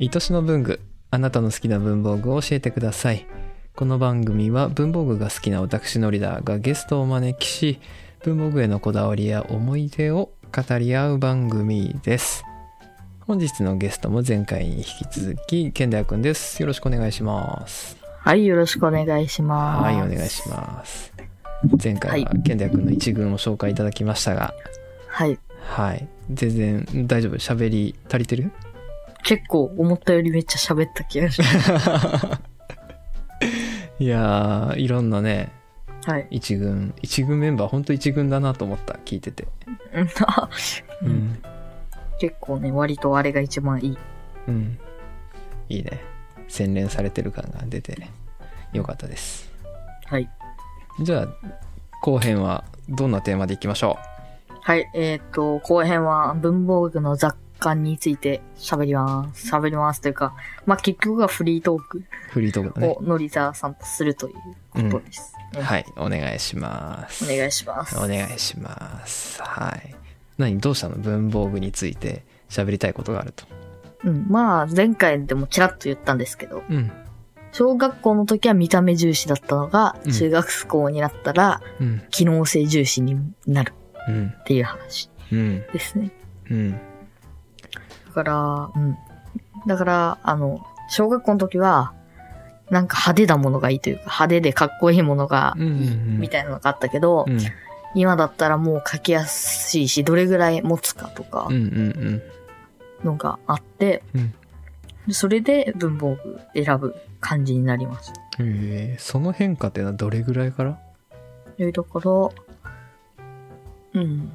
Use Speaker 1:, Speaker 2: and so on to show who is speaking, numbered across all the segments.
Speaker 1: 愛しの文具あなたの好きな文房具を教えてくださいこの番組は文房具が好きな私のリーダーがゲストをお招きし文房具へのこだわりや思い出を語り合う番組です本日のゲストも前回に引き続き健太くんですよろしくお願いします
Speaker 2: はい、よろしくお願いします。
Speaker 1: はいお願いします前回は
Speaker 2: は
Speaker 1: 健太くんの一軍を紹介いただきましたが
Speaker 2: はい。
Speaker 1: はい全然大丈夫喋り足りてる
Speaker 2: 結構思ったよりめっちゃ喋った気が します。
Speaker 1: いやーいろんなね
Speaker 2: はい。
Speaker 1: 一軍一軍メンバーほんと一軍だなと思った聞いてて、
Speaker 2: うんあう
Speaker 1: うん
Speaker 2: 結構ね、割とあれが一番いい。
Speaker 1: うんいいね洗練されてる感が出てよかったです
Speaker 2: はい。
Speaker 1: じゃあ後編はどんなテーマでいきましょ
Speaker 2: はい、えっ、と、後編は文房具の雑感について喋ります。喋りますというか、まあ、結局はフリートーク
Speaker 1: うフリートークだね
Speaker 2: をノリザーさんとするということです。うん
Speaker 1: はいお願いします
Speaker 2: お願いします。
Speaker 1: お願いしますはい何どうしたの文房具について喋りたいことがあると
Speaker 2: うん。まあ、前回でもちらっと言ったんですけど、
Speaker 1: うん
Speaker 2: 小学校の時は見た目重視だったのが、
Speaker 1: うん
Speaker 2: 中学校になったら、
Speaker 1: うん
Speaker 2: 機能性重視になる
Speaker 1: うん
Speaker 2: っていう話
Speaker 1: うん
Speaker 2: ですね。
Speaker 1: うん
Speaker 2: だから、うん。だから、あの、小学校の時は、なんか派手なものがいいというか、派手でかっこいいものがい
Speaker 1: うんうん
Speaker 2: い
Speaker 1: うん
Speaker 2: みたいなのがあったけど、
Speaker 1: うん
Speaker 2: 今だったらもう書きやすいし、どれぐらい持つかとか
Speaker 1: うんうん
Speaker 2: のがあって、
Speaker 1: うん
Speaker 2: それで文房具選ぶ感じになります。
Speaker 1: うんへえその変化ってのはどれぐらいから
Speaker 2: というところ、うん。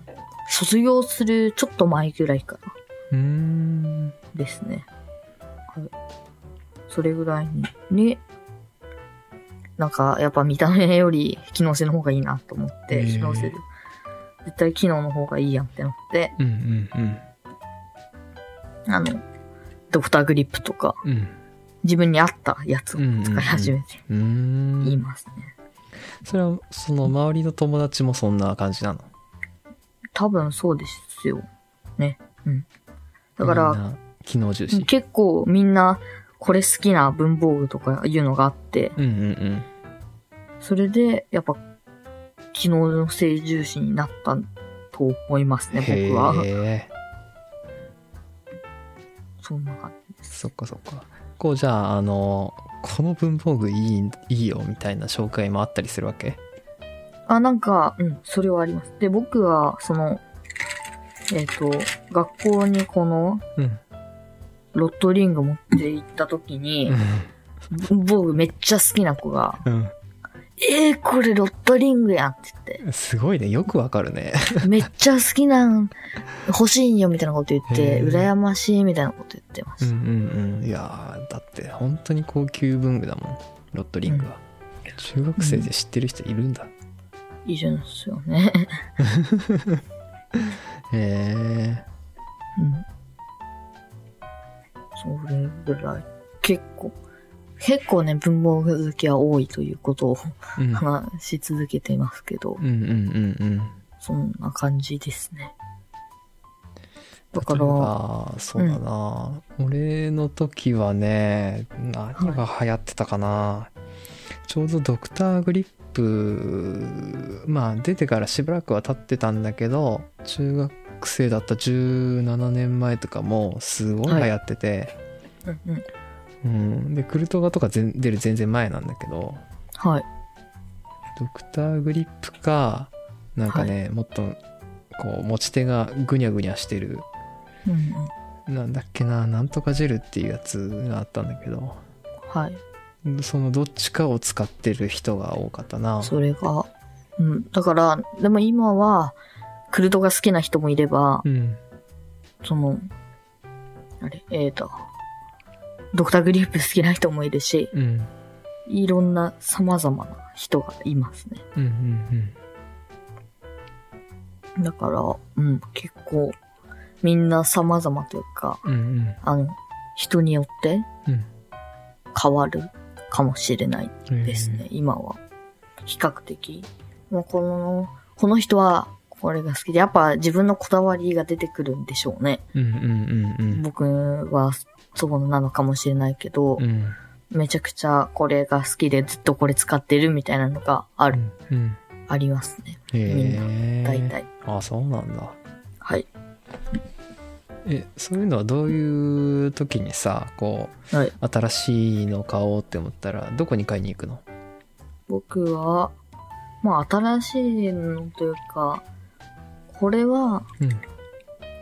Speaker 2: 卒業するちょっと前ぐらいから
Speaker 1: うーん
Speaker 2: ですね。はい。それぐらいに。ね。なんか、やっぱ見た目より機能性の方がいいなと思っ
Speaker 1: へ
Speaker 2: て、
Speaker 1: ー
Speaker 2: 機能性で。絶対機能の方がいいやんってなって、
Speaker 1: うんうん
Speaker 2: あの、ドクターグリップとか、
Speaker 1: うんうん
Speaker 2: 自分に合ったやつを使い始めて
Speaker 1: うーん
Speaker 2: 言いますね。
Speaker 1: それはその周りの友達もそんな感じなの
Speaker 2: 多分そうですよ。ね。うん。
Speaker 1: み
Speaker 2: だか
Speaker 1: ん
Speaker 2: ら、
Speaker 1: な機能重視
Speaker 2: 結構みんな、これ好きな文房具とかいうのがあって、
Speaker 1: うんうん
Speaker 2: それで、やっぱ、機能性重視になったと思います
Speaker 1: うん
Speaker 2: ね、僕は。
Speaker 1: へえ
Speaker 2: そんな感じ。
Speaker 1: そっかそっかこうじゃああのこの文房具いいいいよみたいな紹介もあったりするわけ
Speaker 2: あ、なんか、うん、それはあります。で、僕は、その、えっ、と、学校にこの、
Speaker 1: うん
Speaker 2: ロットリング持って行った時に、文房具めっちゃ好きな子が、
Speaker 1: うん
Speaker 2: えー、これロットリングやんって言
Speaker 1: うんすごいねよくわかるね
Speaker 2: って、めっちゃ好きなん、欲しいんよみたいなこと言って、
Speaker 1: へー
Speaker 2: 羨ましいみたいなこと言ってま
Speaker 1: う
Speaker 2: し
Speaker 1: ん
Speaker 2: た。
Speaker 1: うんうんいやーだって本当に高級文具だもんロットリングは、中学生で知ってる人いるんだ、
Speaker 2: いいじゃないですよね。
Speaker 1: へえ
Speaker 2: うん。それぐらい。結構、結構ね、文房具好きは多いということを
Speaker 1: うん
Speaker 2: 話し続けていますけど
Speaker 1: う、んうんうんうん
Speaker 2: そんな感じですね。だか
Speaker 1: 例え
Speaker 2: ら、
Speaker 1: ばそうだな、俺の時はね何が流行ってたかな、ちょうどドクターグリップまあ出てからしばらくは経ってたんだけど中学生だった17年前とかもすごい流行ってて、
Speaker 2: うんうん。
Speaker 1: うん、でクルトガとか全出る全然前なんだけど
Speaker 2: はい。
Speaker 1: ドクターグリップかなんかね、もっとこう持ち手がぐにゃぐにゃしてる
Speaker 2: うんうん。
Speaker 1: なんだっけななんとかジェルっていうやつがあったんだけど
Speaker 2: はい。
Speaker 1: そのどっちかを使ってる人が多かったな
Speaker 2: それが、うん。だから、でも今は、クルトが好きな人もいれば、
Speaker 1: うん
Speaker 2: その、あれ、えーと、ドクターグリップ好きな人もいるし、
Speaker 1: うん
Speaker 2: いろんな様々な人がいますね。
Speaker 1: うんうん
Speaker 2: だから、うん、結構、みんな様々というか、
Speaker 1: うんうん
Speaker 2: あの、人によって
Speaker 1: うん
Speaker 2: 変わるかもしれない
Speaker 1: うん
Speaker 2: ですね、今は。比較的。もうこの、この人は、これが好きで、やっぱ自分のこだわりが出てくるんでしょうね。
Speaker 1: うんうんうん
Speaker 2: 僕はそうなのかもしれないけど
Speaker 1: うん。う、ん
Speaker 2: めちゃくちゃこれが好きでずっとこれ使ってるみたいなのがある、
Speaker 1: うん。
Speaker 2: ありますね。
Speaker 1: へ
Speaker 2: み
Speaker 1: え。
Speaker 2: 大体。
Speaker 1: あ、そうなんだ。
Speaker 2: はい。
Speaker 1: え、そういうのはどういう時にさ、こ
Speaker 2: はい。
Speaker 1: う、新しいの買おうって思ったら、どこに買いに行くの
Speaker 2: 僕は、まあ新しいのというか、これは
Speaker 1: うん。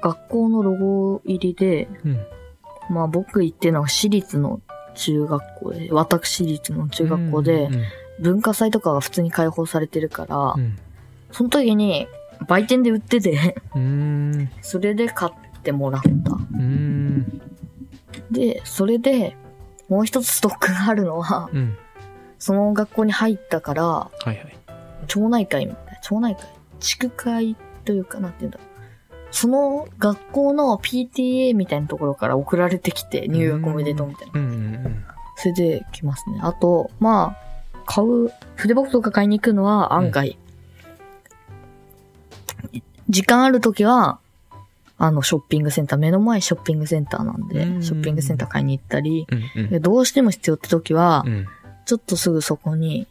Speaker 2: 学校のロゴ入りで、
Speaker 1: うん。
Speaker 2: まあ僕行ってるのは私立の中学校で、私立の中学校で
Speaker 1: うん、うん
Speaker 2: 文化祭とかが普通に開放されてるから、
Speaker 1: うん。
Speaker 2: その時に売店で売ってて、
Speaker 1: うん。う
Speaker 2: それで買ってもらった。
Speaker 1: ーん。
Speaker 2: で、それで、もう一つストックがあるのは、
Speaker 1: うん。
Speaker 2: その学校に入ったから、
Speaker 1: はいはい。
Speaker 2: 町内会みたいな、町内会地区会というか、なんて言うんだろう。その学校の PTA みたいなところから送られてきて、入学おめでとうみたいな。
Speaker 1: うんうん
Speaker 2: それで来ますね。あと、まあ、買う、筆箱とか買いに行くのは案外、時間あるときは、あの、ショッピングセンター、目の前ショッピングセンターなんで、
Speaker 1: うん
Speaker 2: ショッピングセンター買いに行ったり、
Speaker 1: うん。うん
Speaker 2: でどうしても必要ってときは、
Speaker 1: うん。うん。
Speaker 2: ちょっとすぐそこに、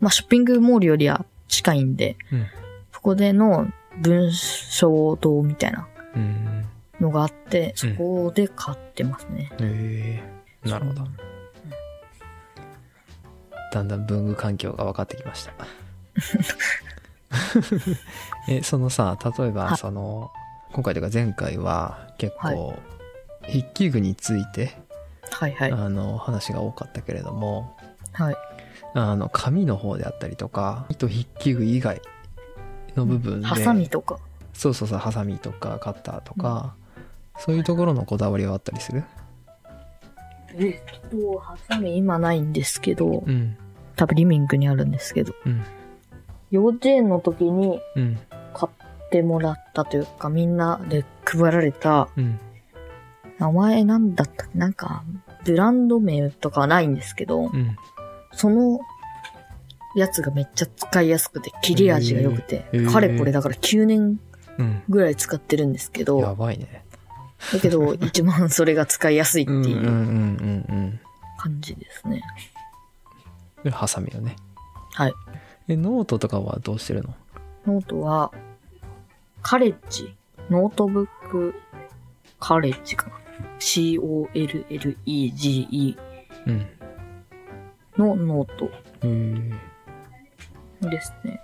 Speaker 2: まあ、ショッピングモールよりは近いんで、
Speaker 1: うん
Speaker 2: そこでの文章堂みたいな
Speaker 1: うん。
Speaker 2: のがあって、そこで買ってますね。
Speaker 1: へえなるほどだんだん文具環境が分かってきました えそのさ例え
Speaker 2: は
Speaker 1: ば
Speaker 2: い
Speaker 1: その今回というか前回は結構、
Speaker 2: は
Speaker 1: 筆記具について、
Speaker 2: はいはい。
Speaker 1: あの話が多かったけれども
Speaker 2: はい。
Speaker 1: あの紙の方であったりとか糸筆記具以外の部分で
Speaker 2: ハサミとか。
Speaker 1: そうそうそうハサミとかカッターとか、そういうところのこだわりはあったりする
Speaker 2: えっと、ハサミ今ないんですけど、
Speaker 1: うん
Speaker 2: 多分リビングにあるんですけど、
Speaker 1: うん
Speaker 2: 幼稚園の時に
Speaker 1: うん
Speaker 2: 買ってもらったというか、みんなで配られた、
Speaker 1: うん
Speaker 2: 名前なんだったっけなんか、ブランド名とかはないんですけど、
Speaker 1: うん
Speaker 2: その、やつがめっちゃ使いやすくて、切れ味が良くて、
Speaker 1: へー
Speaker 2: かれこれだから9年
Speaker 1: うん
Speaker 2: ぐらい使ってるんですけ
Speaker 1: や
Speaker 2: ど、
Speaker 1: ばいね。
Speaker 2: だけど一番それが使いやすいって
Speaker 1: うんうん
Speaker 2: いううん
Speaker 1: うん
Speaker 2: 感じですね。
Speaker 1: うん。ハサミよね。
Speaker 2: はい。
Speaker 1: え、ノートとかはどうしてるの
Speaker 2: ノートは、カレッジ、ノートブック、カレッジかな。C-O-L-L-E-G-E
Speaker 1: うん。
Speaker 2: のノート
Speaker 1: へー
Speaker 2: ですね。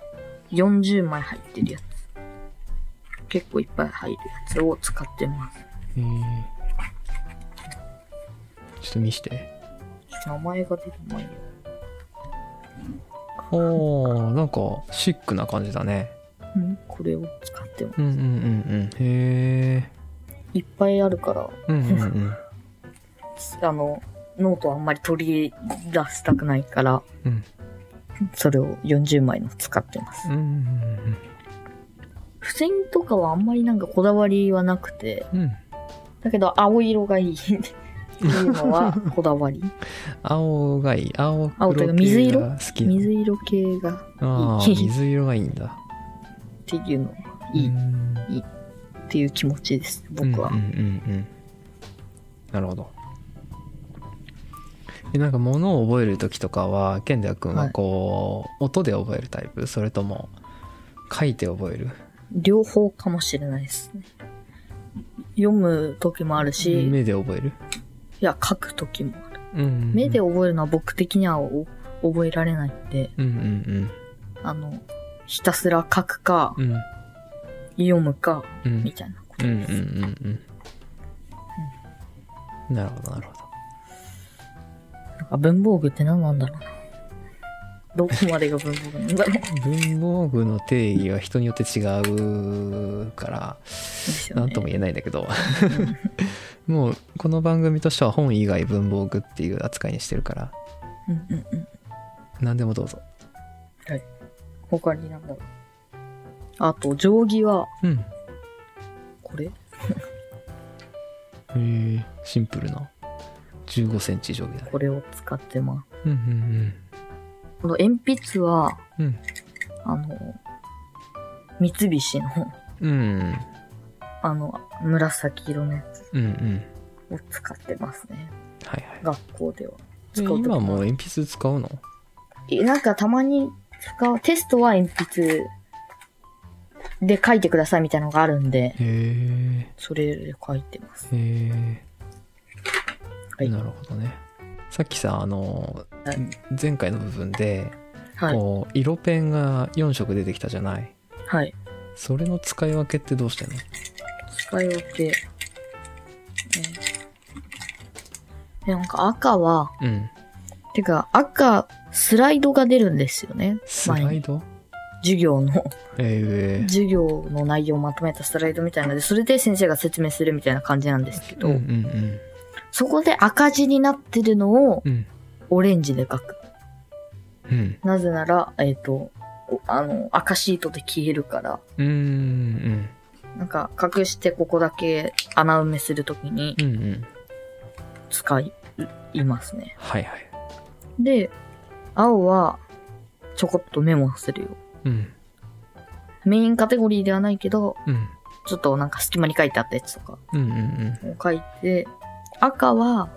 Speaker 2: 40枚入ってるやつ。結構いっぱい入るやつを使ってます。
Speaker 1: えーちょっと見して。
Speaker 2: 名前が出てないよ。
Speaker 1: おー、なんかシックな感じだね。
Speaker 2: うんこれを使ってます。
Speaker 1: うんうんうんうん。へ
Speaker 2: いっぱいあるから、
Speaker 1: ーうんうんうん。
Speaker 2: あの、ノートはあんまり取り出したくないから、
Speaker 1: うん
Speaker 2: それを40枚の使ってます。
Speaker 1: うんうん
Speaker 2: 付箋とかはあんまりなんかこだわりはなくて、
Speaker 1: うんうん。
Speaker 2: だけど青色がい いっていうのはこだわり。
Speaker 1: 青がいい。青
Speaker 2: 青とい
Speaker 1: 黒
Speaker 2: うか水
Speaker 1: 系
Speaker 2: 色
Speaker 1: が好きなの。
Speaker 2: 水色系がっ
Speaker 1: あ ー水色がいいんだ。
Speaker 2: ていうのいいっていう気持ちです、僕は
Speaker 1: うん。うんうんうんなるほどえなんか物を覚える時とかは健太君はこう、音で覚えるタイプそれとも書いて覚える
Speaker 2: 両方かもしれないですね。読む時もあるし、い
Speaker 1: 目で覚える、
Speaker 2: や、書く時もある。
Speaker 1: うんうんうん
Speaker 2: 目で覚えるのは僕的にはお覚えられないんで、
Speaker 1: うんうん
Speaker 2: あの、ひたすら書くか
Speaker 1: う、んうん
Speaker 2: 読むか、
Speaker 1: うん
Speaker 2: みたいなこ
Speaker 1: う
Speaker 2: と
Speaker 1: んうん
Speaker 2: です。
Speaker 1: うんうんなるほどなるほど
Speaker 2: なんか文房具って何なんだろうな。どこまでが文房具なんだろう。
Speaker 1: 文房具の定義は人によって違うから
Speaker 2: ですよね。
Speaker 1: 何とも言えないんだけどもうこの番組としては本以外文房具っていう扱いにしてるから
Speaker 2: うんうんうん。
Speaker 1: 何でもどうぞ
Speaker 2: 他になんだろう。あと、定規は、
Speaker 1: うん
Speaker 2: これ
Speaker 1: へえシンプルな1 5センチ以上だね
Speaker 2: これを使ってます。
Speaker 1: うんうん
Speaker 2: この鉛筆は、
Speaker 1: うんうん
Speaker 2: あの、三菱の、
Speaker 1: うん
Speaker 2: あの、紫色のやつ
Speaker 1: うんうん
Speaker 2: を使ってますね。
Speaker 1: はいはい
Speaker 2: 学校では。
Speaker 1: え
Speaker 2: 使うとき
Speaker 1: 今もう鉛筆使うの
Speaker 2: えなんかたまに使う、テストは鉛筆で書いてくださいみたいなのがあるんで、
Speaker 1: へえ
Speaker 2: それで書いてます。
Speaker 1: へえ
Speaker 2: はい。
Speaker 1: なるほどねさっきさあの
Speaker 2: はい
Speaker 1: 前回の部分で、
Speaker 2: はい。
Speaker 1: こう色ペンが4色出てきたじゃない
Speaker 2: はい。
Speaker 1: それの使い分けってどうしてんの
Speaker 2: 使い分け。え、なんか赤は、
Speaker 1: うん
Speaker 2: てか赤、スライドが出るんですよね。
Speaker 1: スライド
Speaker 2: 授業の、
Speaker 1: ええ
Speaker 2: 授業の内容をまとめたスライドみたいなので、それで先生が説明するみたいな感じなんですけど、
Speaker 1: うんうん
Speaker 2: そこで赤字になってるのを
Speaker 1: うんうん
Speaker 2: オレンジで書く。
Speaker 1: うん
Speaker 2: なぜなら、えっ、と、おあの、赤シートで消えるから、
Speaker 1: うんうん
Speaker 2: なんか隠してここだけ穴埋めするときに
Speaker 1: うんうん
Speaker 2: 使い、いますね。
Speaker 1: はいはい
Speaker 2: で、青はちょこっとメモするよ。
Speaker 1: うん
Speaker 2: メインカテゴリーではないけど、
Speaker 1: うん
Speaker 2: ちょっとなんか隙間に書いてあったやつとか
Speaker 1: うんうん
Speaker 2: を書いて、赤は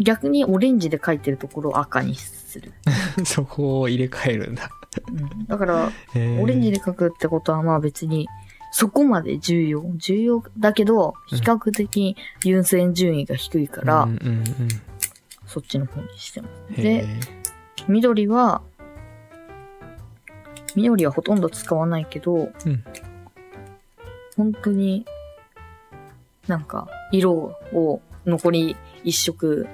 Speaker 2: 逆にオレンジで書いてるところを赤にする。
Speaker 1: うんそこを入れ替えるんだ
Speaker 2: うん、だから、
Speaker 1: へえ
Speaker 2: オレンジで書くってことはまあ別にそこまで重要。重要だけど、
Speaker 1: うん
Speaker 2: 比較的優先順位が低いから、
Speaker 1: うんうん
Speaker 2: そっちの方にしてます。
Speaker 1: うん
Speaker 2: で
Speaker 1: へ
Speaker 2: 緑は、緑はほとんど使わないけど、
Speaker 1: うん
Speaker 2: 本当に、なんか、色を残り一色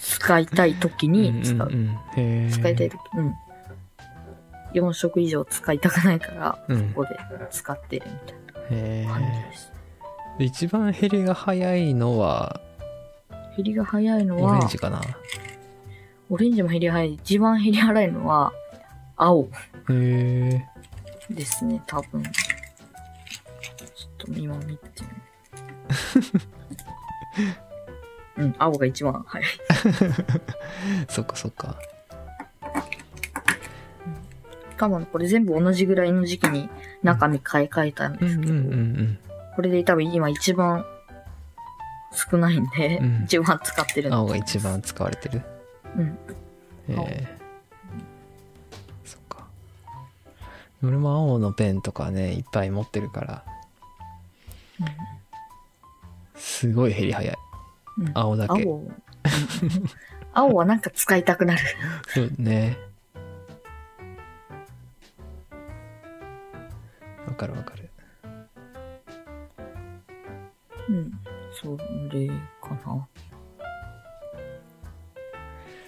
Speaker 2: 使いたい時
Speaker 1: え
Speaker 2: に使う。
Speaker 1: んんんへえ
Speaker 2: 使いたい時、うん。4色以上使いたくないから、
Speaker 1: うん
Speaker 2: ここで使ってるみたい
Speaker 1: へ
Speaker 2: な感じです。
Speaker 1: え一番減りが早いのは
Speaker 2: 減りが早いの
Speaker 1: オレン
Speaker 2: は
Speaker 1: ジ、かなへ
Speaker 2: オレンジも減り早い。一番減り早いのは、青
Speaker 1: え
Speaker 2: ですね、多分。ちょっと今見て みうん、青が一番早い。
Speaker 1: そっかそっか
Speaker 2: 多分これ全部同じぐらいの時期に中身買い替えたん
Speaker 1: う
Speaker 2: で
Speaker 1: ん
Speaker 2: す
Speaker 1: うん
Speaker 2: け
Speaker 1: う
Speaker 2: ど、
Speaker 1: ん
Speaker 2: これで多分今一番少ないんで、
Speaker 1: うん
Speaker 2: 一番使って
Speaker 1: うん
Speaker 2: るんで
Speaker 1: 青が一番使われてる
Speaker 2: うん。
Speaker 1: へえそっか俺も青のペンとかねいっぱい持ってるからすごい減り早い
Speaker 2: うん
Speaker 1: 青だ
Speaker 2: 青
Speaker 1: け
Speaker 2: うん青はなんか使いたくなる。
Speaker 1: そうねわかるわかる
Speaker 2: うん、それかな。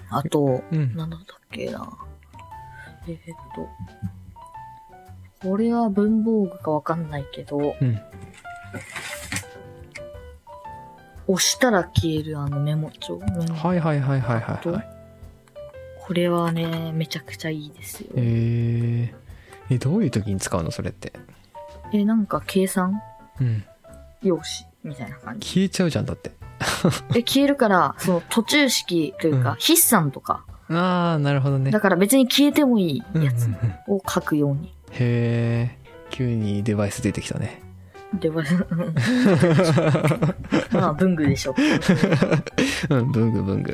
Speaker 2: あと、
Speaker 1: うん
Speaker 2: なんだったっけな。えーっと、これは文房具かわかんないけど、
Speaker 1: うん
Speaker 2: 押したら消えるあのメモ帳。メモ
Speaker 1: はいはいはいはいはいはい
Speaker 2: これはね、めちゃくちゃいいですよ。
Speaker 1: へええどういう時に使うのそれって
Speaker 2: え、なんか計算
Speaker 1: うん
Speaker 2: 用紙みたいな感じ。
Speaker 1: 消えちゃうじゃんだって
Speaker 2: え、消えるから、 その途中式というか、
Speaker 1: うん
Speaker 2: 筆算とか。
Speaker 1: ああなるほどね
Speaker 2: だから別に消えてもいいや
Speaker 1: う
Speaker 2: つ
Speaker 1: んうんうんへ
Speaker 2: を書くように。
Speaker 1: え急にデバイス出てきたね
Speaker 2: で、まあまあ、文具でしょ。
Speaker 1: うん文具文具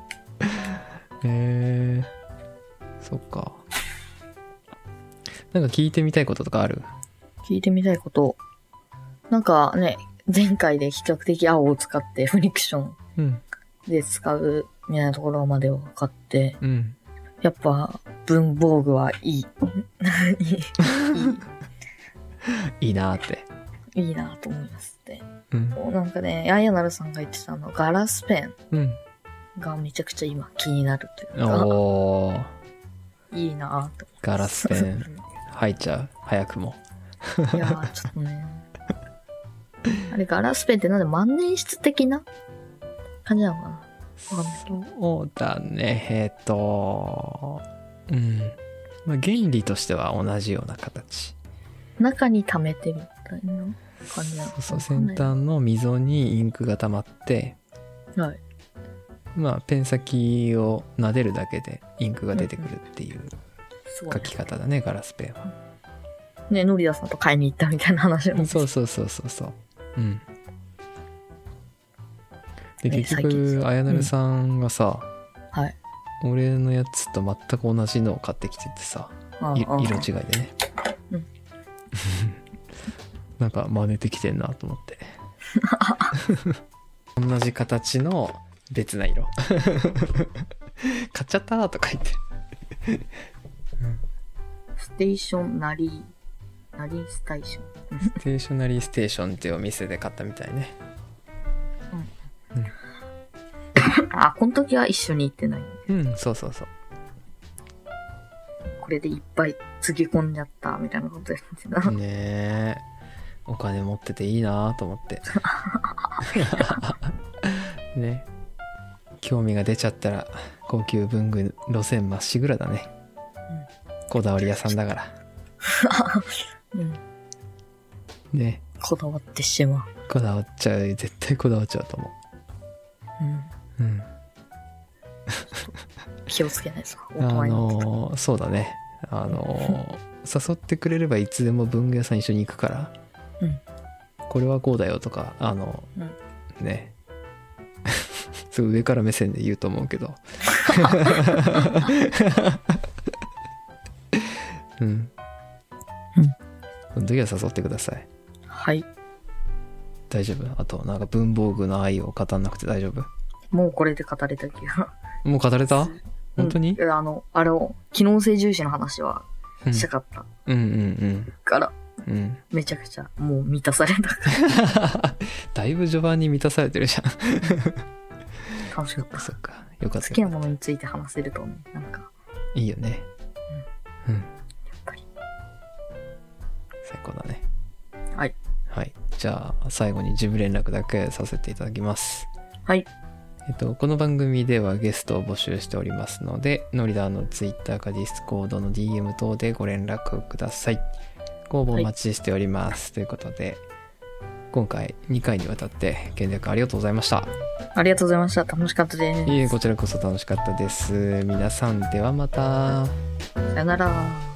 Speaker 1: へえそっかなんか聞いてみたいこととかある
Speaker 2: 聞いてみたいこと。なんかね、前回で比較的青を使ってフリクション
Speaker 1: うん
Speaker 2: で使うみたいなところまで分かって、
Speaker 1: うん
Speaker 2: やっぱ文房具はいい。
Speaker 1: いいなーって
Speaker 2: いい、いいなと思いますって。
Speaker 1: うん
Speaker 2: こうなんかね、あやなるさんが言ってたあの、ガラスペ
Speaker 1: うん
Speaker 2: ンがめちゃくちゃ今気になるというか、
Speaker 1: おー
Speaker 2: いいなと。
Speaker 1: ガラスペ ン入っちゃう早くも
Speaker 2: いやー、ちょっとね。あれ、ガラスペンってなんで万年筆的な感じなのかなわかんないけど。
Speaker 1: そうだねえっとうん、まあ、原理としては同じような形
Speaker 2: 中に溜めてみたいな感じなの
Speaker 1: そうそう
Speaker 2: わか
Speaker 1: 先
Speaker 2: んない
Speaker 1: 端の溝にインクが溜まって
Speaker 2: はい。
Speaker 1: まあペン先を撫でるだけでインクが出てくるっていう
Speaker 2: すごい
Speaker 1: 書。き方だねガラスペンは
Speaker 2: ね、ノリダさんと買いに行ったみたいな話なんです
Speaker 1: そうそうそうそうそううんで
Speaker 2: ね
Speaker 1: 結
Speaker 2: 最近
Speaker 1: 局
Speaker 2: さ
Speaker 1: 綾成さんがさ、
Speaker 2: はい。
Speaker 1: 俺のやつと全く同じのを買ってきててさ
Speaker 2: あ
Speaker 1: い
Speaker 2: あああ
Speaker 1: 色違いでね、
Speaker 2: うん
Speaker 1: なんか真似てきてんなと思って 同じ形の別な色 買っちゃったとか言って
Speaker 2: ステーションなり、なりステーション。
Speaker 1: ステーショナリーステーションっていうお店で買ったみたいね
Speaker 2: あ、この時は一緒に行ってない。
Speaker 1: うんそうそうそう
Speaker 2: これでいっぱいつぎ込んじゃった、みたいなことですけど。
Speaker 1: ねえお金持ってていいなと思って ね興味が出ちゃったら高級文具路線まっしぐらだね、こだわり屋さんだ から
Speaker 2: うん。
Speaker 1: ね
Speaker 2: こだわってしまう。
Speaker 1: こだわっちゃう絶対こだわっちゃうと思
Speaker 2: うん。
Speaker 1: ううん
Speaker 2: 気をつけないですか。大
Speaker 1: あ
Speaker 2: 人になってから
Speaker 1: のーそうだねあ のー誘ってくれればいつでも文具屋さん一緒に行くから、
Speaker 2: うん
Speaker 1: これはこうだよとかあの、
Speaker 2: うん
Speaker 1: ね すごい上から目線で言うと思うけ どうん、
Speaker 2: うん
Speaker 1: その時は誘ってください
Speaker 2: はい。
Speaker 1: 大丈夫あとなんか文房具の愛を語んなくて大丈夫
Speaker 2: もうこれで語れた気 が。
Speaker 1: もう語れた本当に
Speaker 2: うん、いやあの、あれを、機能性重視の話は
Speaker 1: うん
Speaker 2: したかった
Speaker 1: うんうん
Speaker 2: から、
Speaker 1: うんうん
Speaker 2: めちゃくちゃもう満たされた。
Speaker 1: だいぶ序盤に満たされてるじゃん。
Speaker 2: 楽し
Speaker 1: そ
Speaker 2: かっ
Speaker 1: っか
Speaker 2: た。
Speaker 1: そっか。よかった。
Speaker 2: 好きなものについて話せるとね、なんか、
Speaker 1: いいよね。うん。
Speaker 2: やっぱり。
Speaker 1: 最高だね。
Speaker 2: はい。
Speaker 1: はい。じゃあ、最後に事務連絡だけさせていただきます。
Speaker 2: はい。
Speaker 1: えっと、この番組ではゲストを募集しておりますので、ノリダーの Twitter か Discord の DM 等でご連絡ください。ご応募お待ちしております。ということで、今回2回にわたって、原略ありがとうございました。
Speaker 2: ありがとうございました。楽しかったです。
Speaker 1: いえ、こちらこそ楽しかったです。皆さん、ではまた。
Speaker 2: さよなら。